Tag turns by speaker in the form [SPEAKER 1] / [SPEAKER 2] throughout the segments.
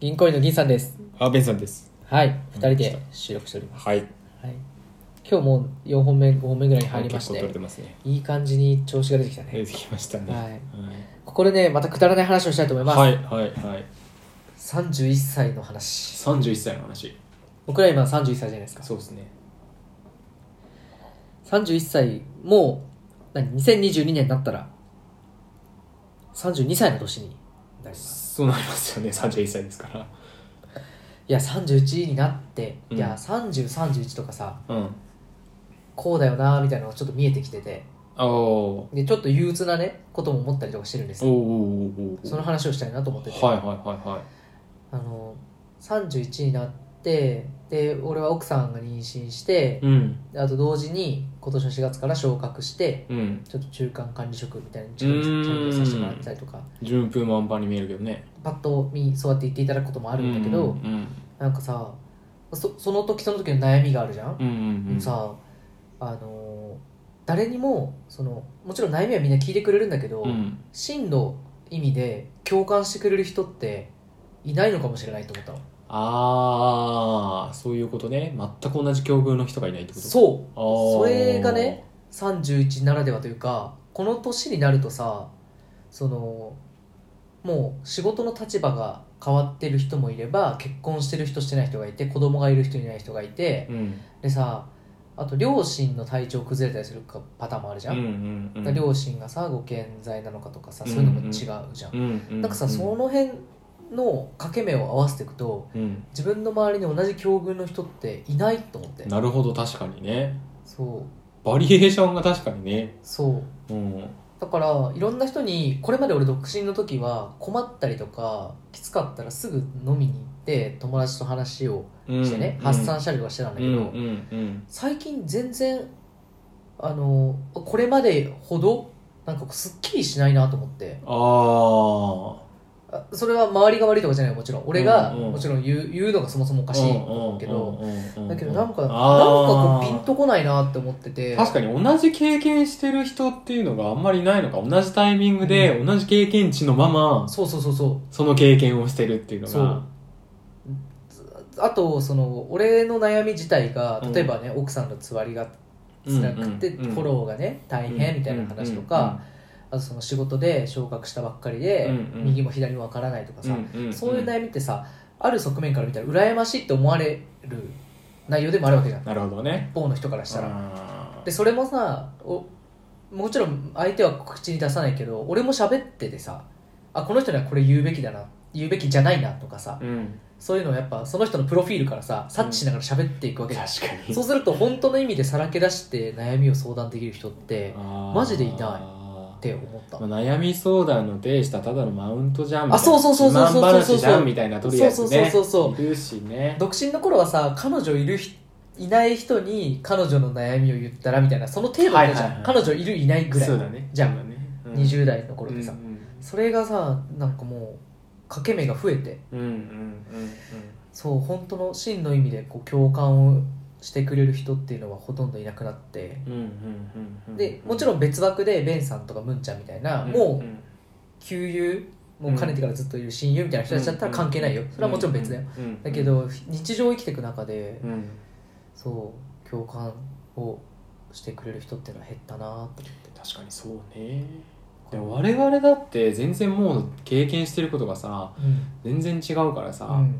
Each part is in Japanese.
[SPEAKER 1] 銀行員の銀さんです
[SPEAKER 2] あベンさんです
[SPEAKER 1] はい2人で収録しております、
[SPEAKER 2] はい
[SPEAKER 1] はい、今日もう4本目5本目ぐらいに入りまし
[SPEAKER 2] 結構取れ
[SPEAKER 1] て
[SPEAKER 2] てますね
[SPEAKER 1] いい感じに調子が出てきたね
[SPEAKER 2] 出てきましたね
[SPEAKER 1] はいここでねまたくだらない話をしたいと思います、
[SPEAKER 2] はいはいはい
[SPEAKER 1] 31歳の話
[SPEAKER 2] 31歳の話
[SPEAKER 1] 僕ら今31歳じゃないですか
[SPEAKER 2] そうですね
[SPEAKER 1] 31歳もう何2022年になったら32歳の年になります
[SPEAKER 2] そうなりますよね31歳ですから
[SPEAKER 1] いや31になって、
[SPEAKER 2] うん
[SPEAKER 1] いや3031とかさ
[SPEAKER 2] うん
[SPEAKER 1] こうだよなみたいなのがちょっと見えてきてて
[SPEAKER 2] あーおー
[SPEAKER 1] でちょっと憂鬱なねことも思ったりとかしてるんです
[SPEAKER 2] おー
[SPEAKER 1] よ
[SPEAKER 2] おーおーおー
[SPEAKER 1] その話をしたいなと思ってて、
[SPEAKER 2] はいはいはいはい
[SPEAKER 1] あの31になってで俺は奥さんが妊娠して
[SPEAKER 2] うん
[SPEAKER 1] であと同時に今年の4月から昇格して
[SPEAKER 2] うん
[SPEAKER 1] ちょっと中間管理職みたいな力に
[SPEAKER 2] うーん
[SPEAKER 1] させてもらったりとか
[SPEAKER 2] 順風満帆に見えるけどね
[SPEAKER 1] パッと見そうやって言っていただくこともあ
[SPEAKER 2] あ
[SPEAKER 1] るんだけど、
[SPEAKER 2] うん
[SPEAKER 1] なんかさそその時その時の悩みがあるじゃん、
[SPEAKER 2] うんうんうん
[SPEAKER 1] さあのー誰にもそのもちろん悩みはみんな聞いてくれるんだけど、
[SPEAKER 2] うん
[SPEAKER 1] 真の意味で共感してくれる人っていないのかもしれないと思ったの
[SPEAKER 2] ああそういうことね全く同じ境遇の人がいないってことう
[SPEAKER 1] そう
[SPEAKER 2] あー
[SPEAKER 1] それがね31ならではというかこの年になるとさそのもう仕事の立場が変わってる人もいれば結婚してる人してない人がいて子供がいる人いない人がいて
[SPEAKER 2] うん
[SPEAKER 1] でさあと両親の体調崩れたりするかパターンもあるじゃ
[SPEAKER 2] うんうんうん
[SPEAKER 1] 両親がさご健在なのかとかさそういうのも違うじゃん、
[SPEAKER 2] うんうん
[SPEAKER 1] なんかさその辺の掛け目を合わせていくと
[SPEAKER 2] うん
[SPEAKER 1] 自分の周りに同じ境遇の人っていないと思って
[SPEAKER 2] なるほど確かにね
[SPEAKER 1] そう
[SPEAKER 2] バリエーションが確かにね
[SPEAKER 1] そう
[SPEAKER 2] うん
[SPEAKER 1] だからいろんな人にこれまで俺独身の時は困ったりとかきつかったらすぐ飲みに行って友達と話をしてね、発散
[SPEAKER 2] し
[SPEAKER 1] したりとかしてたん
[SPEAKER 2] た
[SPEAKER 1] だけど、
[SPEAKER 2] うんうんうん
[SPEAKER 1] 最近全然あのこれまでほどなんかすっきりしないなと思って
[SPEAKER 2] あ
[SPEAKER 1] あそれは周りが悪いとかじゃないよもちろん俺が
[SPEAKER 2] うんうん
[SPEAKER 1] もちろん言う言うのがそもそもお
[SPEAKER 2] あ
[SPEAKER 1] かしいと思うけどだけどなんかなんかこうピンとこないなって思ってて
[SPEAKER 2] 確
[SPEAKER 1] か
[SPEAKER 2] かに同じ経験してる人っていうのがあんまりないのか同じタイミングで同じ経験値のまま
[SPEAKER 1] そうそうそうそ
[SPEAKER 2] その経験をしてるっていうの
[SPEAKER 1] う
[SPEAKER 2] が
[SPEAKER 1] そうあとその俺の悩み自体が
[SPEAKER 2] うん
[SPEAKER 1] 例えばね、奥さんのつわりが
[SPEAKER 2] うん
[SPEAKER 1] 辛くて、
[SPEAKER 2] うんうん
[SPEAKER 1] フォローがね大変みたいな話とか、あとその仕事で昇格したばっかりで、
[SPEAKER 2] うんうん
[SPEAKER 1] 右も左もわからないとか
[SPEAKER 2] うん
[SPEAKER 1] さ、
[SPEAKER 2] うんうん
[SPEAKER 1] そういう悩みってさある側面から見たら羨ましいって思われる内容でもあるわけじゃん
[SPEAKER 2] なるほどね
[SPEAKER 1] 一方の人からしたら。
[SPEAKER 2] あ
[SPEAKER 1] で
[SPEAKER 2] ー
[SPEAKER 1] それもさおもちろん相手は口に出さないけど俺も喋っててさあこの人にはこれ言うべきだな言うべきじゃないなとかさ
[SPEAKER 2] うん
[SPEAKER 1] そういうのをやっぱその人のプロフィールからさ察知しながら喋っていくわけ
[SPEAKER 2] 確
[SPEAKER 1] じゃん、
[SPEAKER 2] か に
[SPEAKER 1] そうすると本当の意味でさらけ出して悩みを相談できる人ってマ
[SPEAKER 2] マ
[SPEAKER 1] ジでいないって思った、
[SPEAKER 2] まあ、悩み相談の定したただのマウントじゃんみた
[SPEAKER 1] あ
[SPEAKER 2] いな
[SPEAKER 1] そうそうそうそうそう
[SPEAKER 2] 自慢話じゃんみたいなとりあえずね
[SPEAKER 1] そうそうそうそう
[SPEAKER 2] いるしね
[SPEAKER 1] 独身の頃はさ彼女いる人いない人に彼女の悩みを言ったらみたいなその程度だったじゃん、
[SPEAKER 2] はいはいは
[SPEAKER 1] 彼
[SPEAKER 2] い
[SPEAKER 1] 女いるいないぐらい
[SPEAKER 2] そうだね
[SPEAKER 1] じゃん
[SPEAKER 2] そうだね、うん
[SPEAKER 1] 20代の頃でさ、
[SPEAKER 2] うん
[SPEAKER 1] それがさなんかもう掛け目が増えて
[SPEAKER 2] うんうんうん
[SPEAKER 1] そう本当の真の意味でこう共感をしてくれる人っていうのはほとんどいなくなって
[SPEAKER 2] うんうんうんうんうん
[SPEAKER 1] でもちろん別枠でベンさんとかムンちゃんみたいな、
[SPEAKER 2] うん
[SPEAKER 1] も
[SPEAKER 2] う
[SPEAKER 1] うん旧友もうかねてからずっといる親友みたいな人たちだったら関係ないよそれはもちろん別だよ、
[SPEAKER 2] うんうん
[SPEAKER 1] だけど日常生きていく中で
[SPEAKER 2] うん
[SPEAKER 1] そう共感をしてくれる人っていうのは減ったなって
[SPEAKER 2] 確かにそうねでも我々だって全然もう経験してることがさ
[SPEAKER 1] うん
[SPEAKER 2] 全然違うからさ、
[SPEAKER 1] うん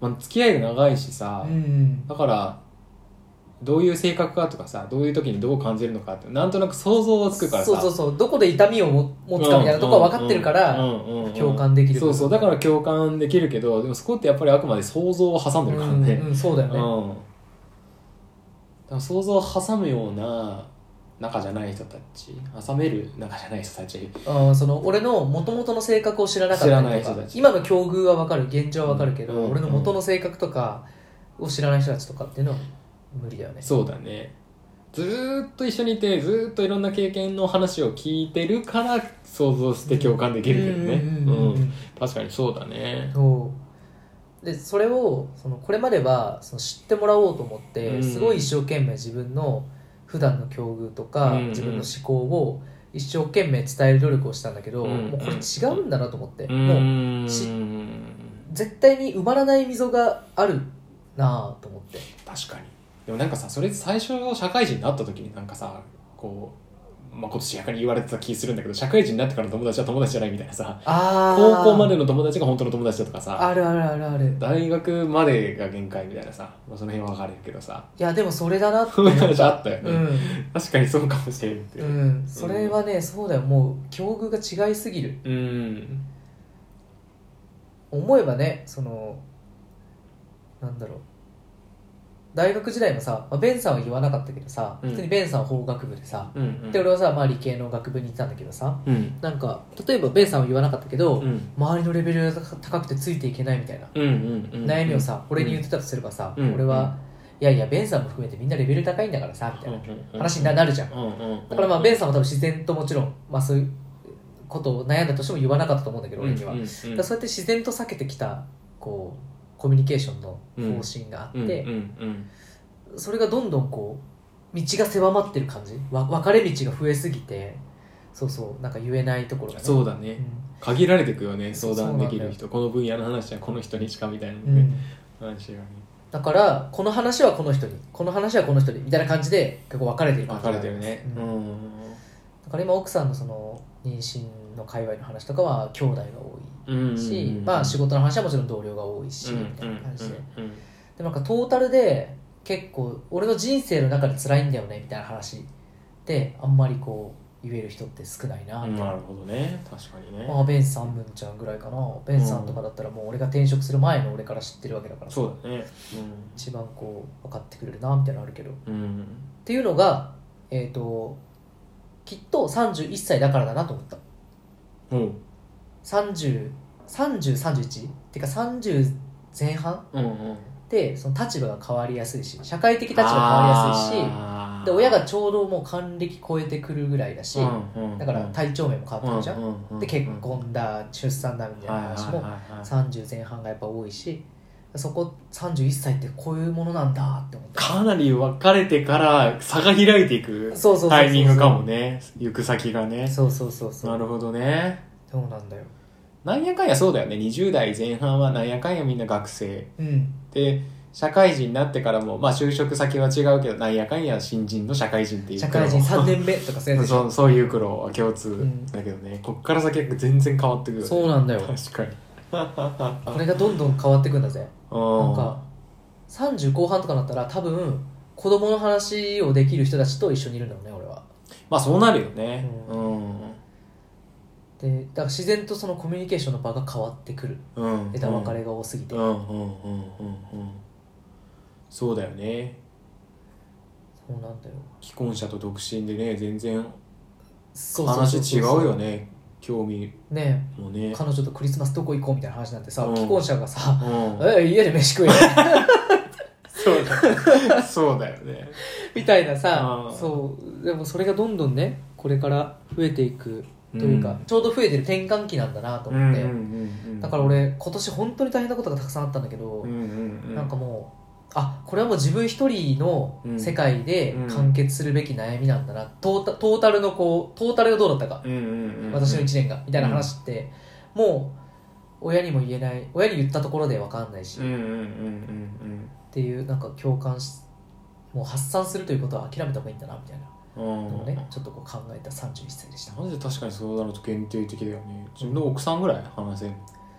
[SPEAKER 2] まあ、付き合いが長いしさ、
[SPEAKER 1] うん
[SPEAKER 2] だからどういう性格かとかさどういう時にどう感じるのかってなんとなく想像はつくからさ
[SPEAKER 1] そうそうそうどこで痛みをも持つかみたいなとこは分かってるから、
[SPEAKER 2] うんうんうん
[SPEAKER 1] 共感できる
[SPEAKER 2] そうそうだから共感できるけどでもそこってやっぱりあくまで想像を挟んでるからね
[SPEAKER 1] うんうん、そうだ
[SPEAKER 2] う
[SPEAKER 1] よね、
[SPEAKER 2] ん、だから想像を挟むような仲じゃない人たち挟める仲じゃない人たち
[SPEAKER 1] あーその俺の元々の性格を知らなかった
[SPEAKER 2] 知らない
[SPEAKER 1] りと
[SPEAKER 2] 人
[SPEAKER 1] か
[SPEAKER 2] たち
[SPEAKER 1] 今の境遇は分かる現状は分かるけど、
[SPEAKER 2] うん
[SPEAKER 1] 俺の元の性格とかを知らない人たちとかっていうのは無理だよね
[SPEAKER 2] そうだねずーっと一緒にいてずーっといろんな経験の話を聞いてるから想像して共感できるけどね
[SPEAKER 1] うんうんうんうん
[SPEAKER 2] うん確かにそうだね
[SPEAKER 1] そうでそれをそのこれまではその知ってもらおうと思って、
[SPEAKER 2] うん
[SPEAKER 1] すごい一生懸命自分の普段の境遇とか、
[SPEAKER 2] うんうん
[SPEAKER 1] 自分の思考を一生懸命伝える努力をしたんだけど、
[SPEAKER 2] うんうん
[SPEAKER 1] もうこれ違うんだなと思って、
[SPEAKER 2] う
[SPEAKER 1] もう
[SPEAKER 2] ーん
[SPEAKER 1] し絶対に埋まらない溝があるなぁと思って
[SPEAKER 2] 確かにでもなんかさそれ最初社会人になった時になんかさこう、まあ、今年逆に言われてた気するんだけど社会人になってからの友達は友達じゃないみたいなさ
[SPEAKER 1] あ
[SPEAKER 2] 高校まで
[SPEAKER 1] の
[SPEAKER 2] の友達が本当の友達だとかさ
[SPEAKER 1] あるあるあるあるい
[SPEAKER 2] 大学までが限界みたいなさ、まあ、その辺は分かるけど さ
[SPEAKER 1] やでもそれだなって
[SPEAKER 2] そう
[SPEAKER 1] 思っ
[SPEAKER 2] い う
[SPEAKER 1] た
[SPEAKER 2] 話あったよね、
[SPEAKER 1] うん
[SPEAKER 2] 確かにそうかもしれんって
[SPEAKER 1] うん、それはね、そうだよもう境遇が違いすぎる
[SPEAKER 2] うん
[SPEAKER 1] 思えばねそのなんだろう大学時代もさ、まあ、ベンさんは言わなかったけどさ、
[SPEAKER 2] うん
[SPEAKER 1] 普通にベンさんは法学部でさ、
[SPEAKER 2] うんうん
[SPEAKER 1] で俺はさ、まあ、理系の学部に行ってたんだけどさ
[SPEAKER 2] うん
[SPEAKER 1] なんか例えばベンさんは言わなかったけど、
[SPEAKER 2] うん
[SPEAKER 1] 周りのレベルが高くてついていけないみたいな、
[SPEAKER 2] うんうんうん
[SPEAKER 1] 悩みをさ俺に言ってたとすればさ、
[SPEAKER 2] うん
[SPEAKER 1] 俺は、いやいやベンさんも含めてみんなレベル高いんだからさみたいな話にななるじゃん
[SPEAKER 2] うんうんうん
[SPEAKER 1] だからまあベンさんは多分自然ともちろん、まあ、そういうことを悩んだとしても言わなかったと思うんだけど俺には、
[SPEAKER 2] うんうん
[SPEAKER 1] だからそうやって自然と避けてきたこうコミュニケーションの方針があって、
[SPEAKER 2] うんうんうん
[SPEAKER 1] それがどんどんこう道が狭まってる感じわ分かれ道が増えすぎてそうそうなんか言えないところがね
[SPEAKER 2] そうだね
[SPEAKER 1] う
[SPEAKER 2] 限られてくよね
[SPEAKER 1] そ
[SPEAKER 2] 相
[SPEAKER 1] う
[SPEAKER 2] 談できる人この分野の話はこの人にしかみたいな、
[SPEAKER 1] ん、う
[SPEAKER 2] ね
[SPEAKER 1] ん
[SPEAKER 2] 話がね
[SPEAKER 1] だからこの話はこの人にこの話はこの人にみたいな感じで結構分かれてる感
[SPEAKER 2] 分
[SPEAKER 1] じ
[SPEAKER 2] かれてるね
[SPEAKER 1] う
[SPEAKER 2] うんん、
[SPEAKER 1] だから今奥さんのその妊娠の界隈の話とかは兄弟が多
[SPEAKER 2] うん
[SPEAKER 1] いし、まあ仕事の話はもちろん同僚が多いし、
[SPEAKER 2] うん
[SPEAKER 1] みたいな感じで、
[SPEAKER 2] うんうん
[SPEAKER 1] でもなんかトータルで結構俺の人生の中で辛いんだよねみたいな話ってあんまりこう言える人って少ないな
[SPEAKER 2] う
[SPEAKER 1] み
[SPEAKER 2] ん
[SPEAKER 1] たいな、
[SPEAKER 2] なるほどね確かにね、
[SPEAKER 1] まあベンさんムンちゃんぐらいかなベンさんとかだったらもう俺が転職する前の俺から知ってるわけだからさ
[SPEAKER 2] そうだね
[SPEAKER 1] 一番こう分かってくれるなみたいなのあるけどっ
[SPEAKER 2] うん、うん、
[SPEAKER 1] ていうのがえっ、ときっと31歳だからだなと思った
[SPEAKER 2] おう
[SPEAKER 1] 303031っていうか30前半
[SPEAKER 2] うんうん
[SPEAKER 1] でその立場が変わりやすいし社会的立場変わりやすいし
[SPEAKER 2] あー
[SPEAKER 1] で親がちょうどもう還暦超えてくるぐらいだし、
[SPEAKER 2] うんうん
[SPEAKER 1] だから体調面も変わってくるじゃん、
[SPEAKER 2] うんうんうん
[SPEAKER 1] で結婚だ出産だみたいな話
[SPEAKER 2] はい
[SPEAKER 1] も
[SPEAKER 2] はいはいはい
[SPEAKER 1] 30前半がやっぱ多いしそこ31歳ってこういうものなんだって思った
[SPEAKER 2] かなり分かれてから差が開いていく
[SPEAKER 1] そうそうそうそう
[SPEAKER 2] タイミングかもね行く先がね
[SPEAKER 1] そうそうそうそう
[SPEAKER 2] なるほどね
[SPEAKER 1] そうなんだよ
[SPEAKER 2] なんやかんやそうだよね20代前半はなんやかんやみんな学生
[SPEAKER 1] うん
[SPEAKER 2] で社会人になってからもまあ就職先は違うけどなんやかんや新人の社会人っていう
[SPEAKER 1] 社
[SPEAKER 2] 苦労
[SPEAKER 1] 会人3年目とかそういうやつでし
[SPEAKER 2] そ
[SPEAKER 1] ょ
[SPEAKER 2] うそういう苦労は共通
[SPEAKER 1] ん
[SPEAKER 2] だけどね、こっから先は全然変わってくるよね
[SPEAKER 1] そうなんだよ
[SPEAKER 2] 確かに
[SPEAKER 1] これがどんどん変わってくんだぜ
[SPEAKER 2] な
[SPEAKER 1] なんか30後半とかなったら多分子供の話をできる人たちと一緒にいるんだろうね俺は
[SPEAKER 2] まあそうなるよね
[SPEAKER 1] う
[SPEAKER 2] うん
[SPEAKER 1] でだから自然とそのコミュニケーションの場が変わってくる
[SPEAKER 2] うん
[SPEAKER 1] 枝分かれが多すぎて、
[SPEAKER 2] うんうんうんうんうんそうだよね
[SPEAKER 1] そうなんだよ
[SPEAKER 2] 既婚者と独身でね全然
[SPEAKER 1] そうそう
[SPEAKER 2] 話
[SPEAKER 1] そう
[SPEAKER 2] 違う
[SPEAKER 1] そう
[SPEAKER 2] よね興味
[SPEAKER 1] ね
[SPEAKER 2] も
[SPEAKER 1] え
[SPEAKER 2] ね
[SPEAKER 1] 彼女とクリスマスどこ行こうみたいな話なんてさ、
[SPEAKER 2] うん
[SPEAKER 1] 既婚者がさ
[SPEAKER 2] うん
[SPEAKER 1] 「え家で飯食えよ」
[SPEAKER 2] そうだよ そうだよね
[SPEAKER 1] みたいなさ
[SPEAKER 2] うん
[SPEAKER 1] そうでもそれがどんどんねこれから増えていく というか、
[SPEAKER 2] うん
[SPEAKER 1] ちょうど増えてる転換期なんだなと
[SPEAKER 2] うんう
[SPEAKER 1] 思
[SPEAKER 2] ん
[SPEAKER 1] って、
[SPEAKER 2] うんうん
[SPEAKER 1] だから俺今年本当に大変なことがたくさんあったんだけど、
[SPEAKER 2] うんうんうん
[SPEAKER 1] なんかもうあこれはもう自分一人の世界で
[SPEAKER 2] うん
[SPEAKER 1] 完結するべき悩みなんだな、トータトータルのこうトータルがどうだったか
[SPEAKER 2] うんうんうん
[SPEAKER 1] 私の1年がみたいな話って、もう親にも言えない親に言ったところで分かんないし、
[SPEAKER 2] うん
[SPEAKER 1] っ
[SPEAKER 2] うんうんうん
[SPEAKER 1] ていうなんか共感しもう発散するということは諦めた方がいいんだなみたいな
[SPEAKER 2] うん
[SPEAKER 1] のを
[SPEAKER 2] うん
[SPEAKER 1] ね、ちょっとこう考えた31歳でした
[SPEAKER 2] マジで確かにそうなると限定的だよね自分の奥さんぐらい話せる、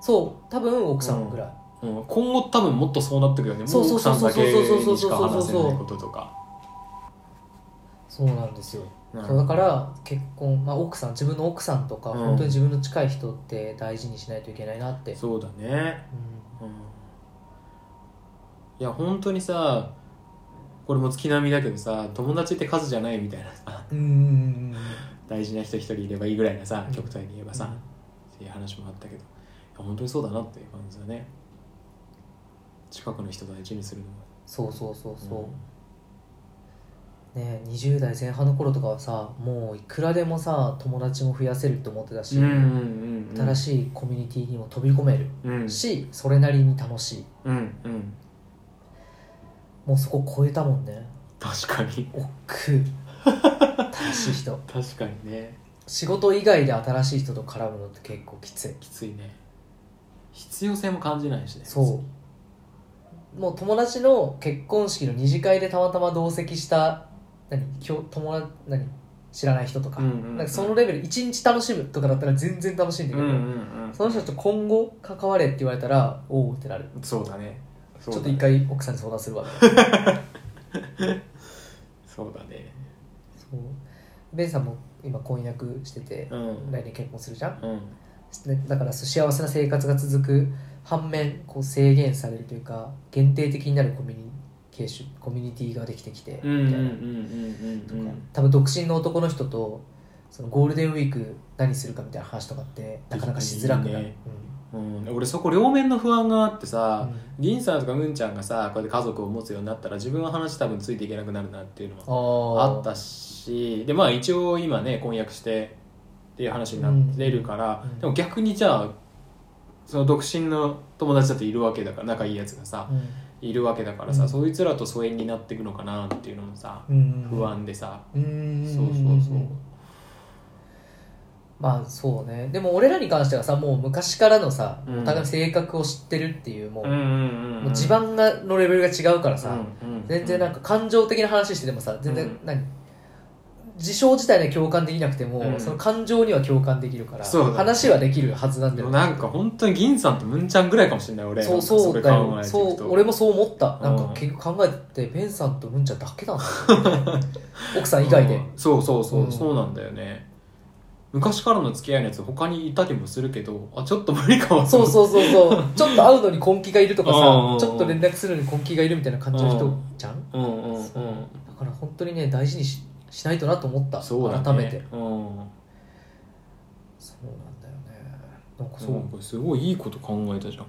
[SPEAKER 1] そう多分奥さんぐらい、
[SPEAKER 2] うん、今後多分もっとそうなってくるよねも
[SPEAKER 1] そう
[SPEAKER 2] う
[SPEAKER 1] そう
[SPEAKER 2] 奥
[SPEAKER 1] そう
[SPEAKER 2] さん
[SPEAKER 1] そう
[SPEAKER 2] だ
[SPEAKER 1] そう
[SPEAKER 2] け
[SPEAKER 1] そうそう
[SPEAKER 2] にしか話せないこととか
[SPEAKER 1] そうなんですよ
[SPEAKER 2] うん
[SPEAKER 1] そうだから結婚、まあ、奥さん自分の奥さんとか、
[SPEAKER 2] うん
[SPEAKER 1] 本当に自分の近い人って大事にしないといけないなって、
[SPEAKER 2] そうだね
[SPEAKER 1] うん
[SPEAKER 2] いや本当にさこれも月並みだけどさ友達って数じゃないみたいなさ
[SPEAKER 1] うんうん
[SPEAKER 2] 大事な人一人いればいいぐらいなさ
[SPEAKER 1] うん
[SPEAKER 2] 極端に言えばさ、っていう話もあったけどいや本当にそうだなっていう感じだね近くの人大事にするのも
[SPEAKER 1] そうそうそうそう、ね20代前半の頃とかはさもういくらでもさ友達も増やせると思ってたし、
[SPEAKER 2] うんうんうん
[SPEAKER 1] 新しいコミュニティにも飛び込める
[SPEAKER 2] うん
[SPEAKER 1] しそれなりに楽しい
[SPEAKER 2] うんうん
[SPEAKER 1] もうそこ超えたもんね
[SPEAKER 2] 確かに
[SPEAKER 1] おっく楽しい人
[SPEAKER 2] 確かにね
[SPEAKER 1] 仕事以外で新しい人と絡むのって結構きつい
[SPEAKER 2] きついね一必要性も感じないしね
[SPEAKER 1] そうもう友達の結婚式の二次会でたまたま同席した何きょ友達何知らない人とか,、
[SPEAKER 2] うんうんうん
[SPEAKER 1] なんかそのレベル一日楽しむとかだったら全然楽しいんだ
[SPEAKER 2] 別
[SPEAKER 1] け
[SPEAKER 2] に
[SPEAKER 1] ど、
[SPEAKER 2] うんうん
[SPEAKER 1] その人たちと今後関われって言われたらおおってなる、
[SPEAKER 2] うんそうだね
[SPEAKER 1] ちょっと一回奥さんに相談するわ
[SPEAKER 2] そうだね
[SPEAKER 1] そうベンさんも今婚約してて、
[SPEAKER 2] うん
[SPEAKER 1] 来年結婚するじゃん
[SPEAKER 2] うん
[SPEAKER 1] ねだからそう幸せな生活が続く反面こう制限されるというか限定的になるコミュニケーションコミュニティができてきて
[SPEAKER 2] うんうん
[SPEAKER 1] み
[SPEAKER 2] うん
[SPEAKER 1] たいな
[SPEAKER 2] うんうんうん
[SPEAKER 1] 多分独身の男の人とそのゴールデンウィーク何するかみたいな話とかってなかなかしづらくなる
[SPEAKER 2] いいねうん、俺そこ両面の不安があってさ、銀さんとかムンちゃんがさこうやって家族を持つようになったら自分の話多分ついていけなくなるなっていうのは
[SPEAKER 1] うんあ
[SPEAKER 2] あったしでまあ一応今ね婚約してっていう話になってるから、
[SPEAKER 1] うんうん
[SPEAKER 2] でも逆にじゃあその独身の友達だっているわけだから仲いいやつがさ
[SPEAKER 1] た、うん
[SPEAKER 2] いるわけだからさ、
[SPEAKER 1] うん
[SPEAKER 2] そいつらと疎遠になっていくのかなっていうのもさ、
[SPEAKER 1] うん
[SPEAKER 2] 不安でさ、
[SPEAKER 1] うん
[SPEAKER 2] そうそうそう、
[SPEAKER 1] まあそうねでも俺らに関してはさもう昔からのさ
[SPEAKER 2] うん
[SPEAKER 1] お互い性格を知ってるっていうもう,、
[SPEAKER 2] うんうんうんうん
[SPEAKER 1] もう地盤がのレベルが違うからさ、
[SPEAKER 2] うんうんうん
[SPEAKER 1] 全然なんか感情的な話しててもさ全然、
[SPEAKER 2] うん
[SPEAKER 1] 何事象自体で共感できなくても、
[SPEAKER 2] うん
[SPEAKER 1] その感情には共感できるから、
[SPEAKER 2] そうだね
[SPEAKER 1] 話はできるはずなんだ
[SPEAKER 2] で
[SPEAKER 1] よ
[SPEAKER 2] も
[SPEAKER 1] ね
[SPEAKER 2] なんか本当に銀さんとムンちゃんぐらいかもしれない俺
[SPEAKER 1] そうそうだ
[SPEAKER 2] なんか
[SPEAKER 1] よ
[SPEAKER 2] それ考え
[SPEAKER 1] そ
[SPEAKER 2] ていくと
[SPEAKER 1] う俺もそう思ったなん
[SPEAKER 2] う
[SPEAKER 1] か
[SPEAKER 2] ん
[SPEAKER 1] 結局考えててベンさんとムンちゃんだけなんだよね 奥さん以外で、
[SPEAKER 2] うんそうそうそう、
[SPEAKER 1] うん
[SPEAKER 2] そうなんだよね昔からの付き合いのやつ他にいたりもするけどあちょっと無理かも
[SPEAKER 1] そう
[SPEAKER 2] う
[SPEAKER 1] そうそうそうちょっと会うのに根気がいるとか
[SPEAKER 2] うんうんう
[SPEAKER 1] さ
[SPEAKER 2] ん
[SPEAKER 1] ちょっと連絡するのに根気がいるみたいな感じの
[SPEAKER 2] う
[SPEAKER 1] 人
[SPEAKER 2] ん
[SPEAKER 1] じゃん
[SPEAKER 2] うんうんうん
[SPEAKER 1] だから本当にね大事にししないとなと思った
[SPEAKER 2] そうだ、ね、
[SPEAKER 1] 改めて
[SPEAKER 2] う
[SPEAKER 1] そ
[SPEAKER 2] ん
[SPEAKER 1] うなんだよねなんかそ、
[SPEAKER 2] そううすごいいいこと考えたじゃん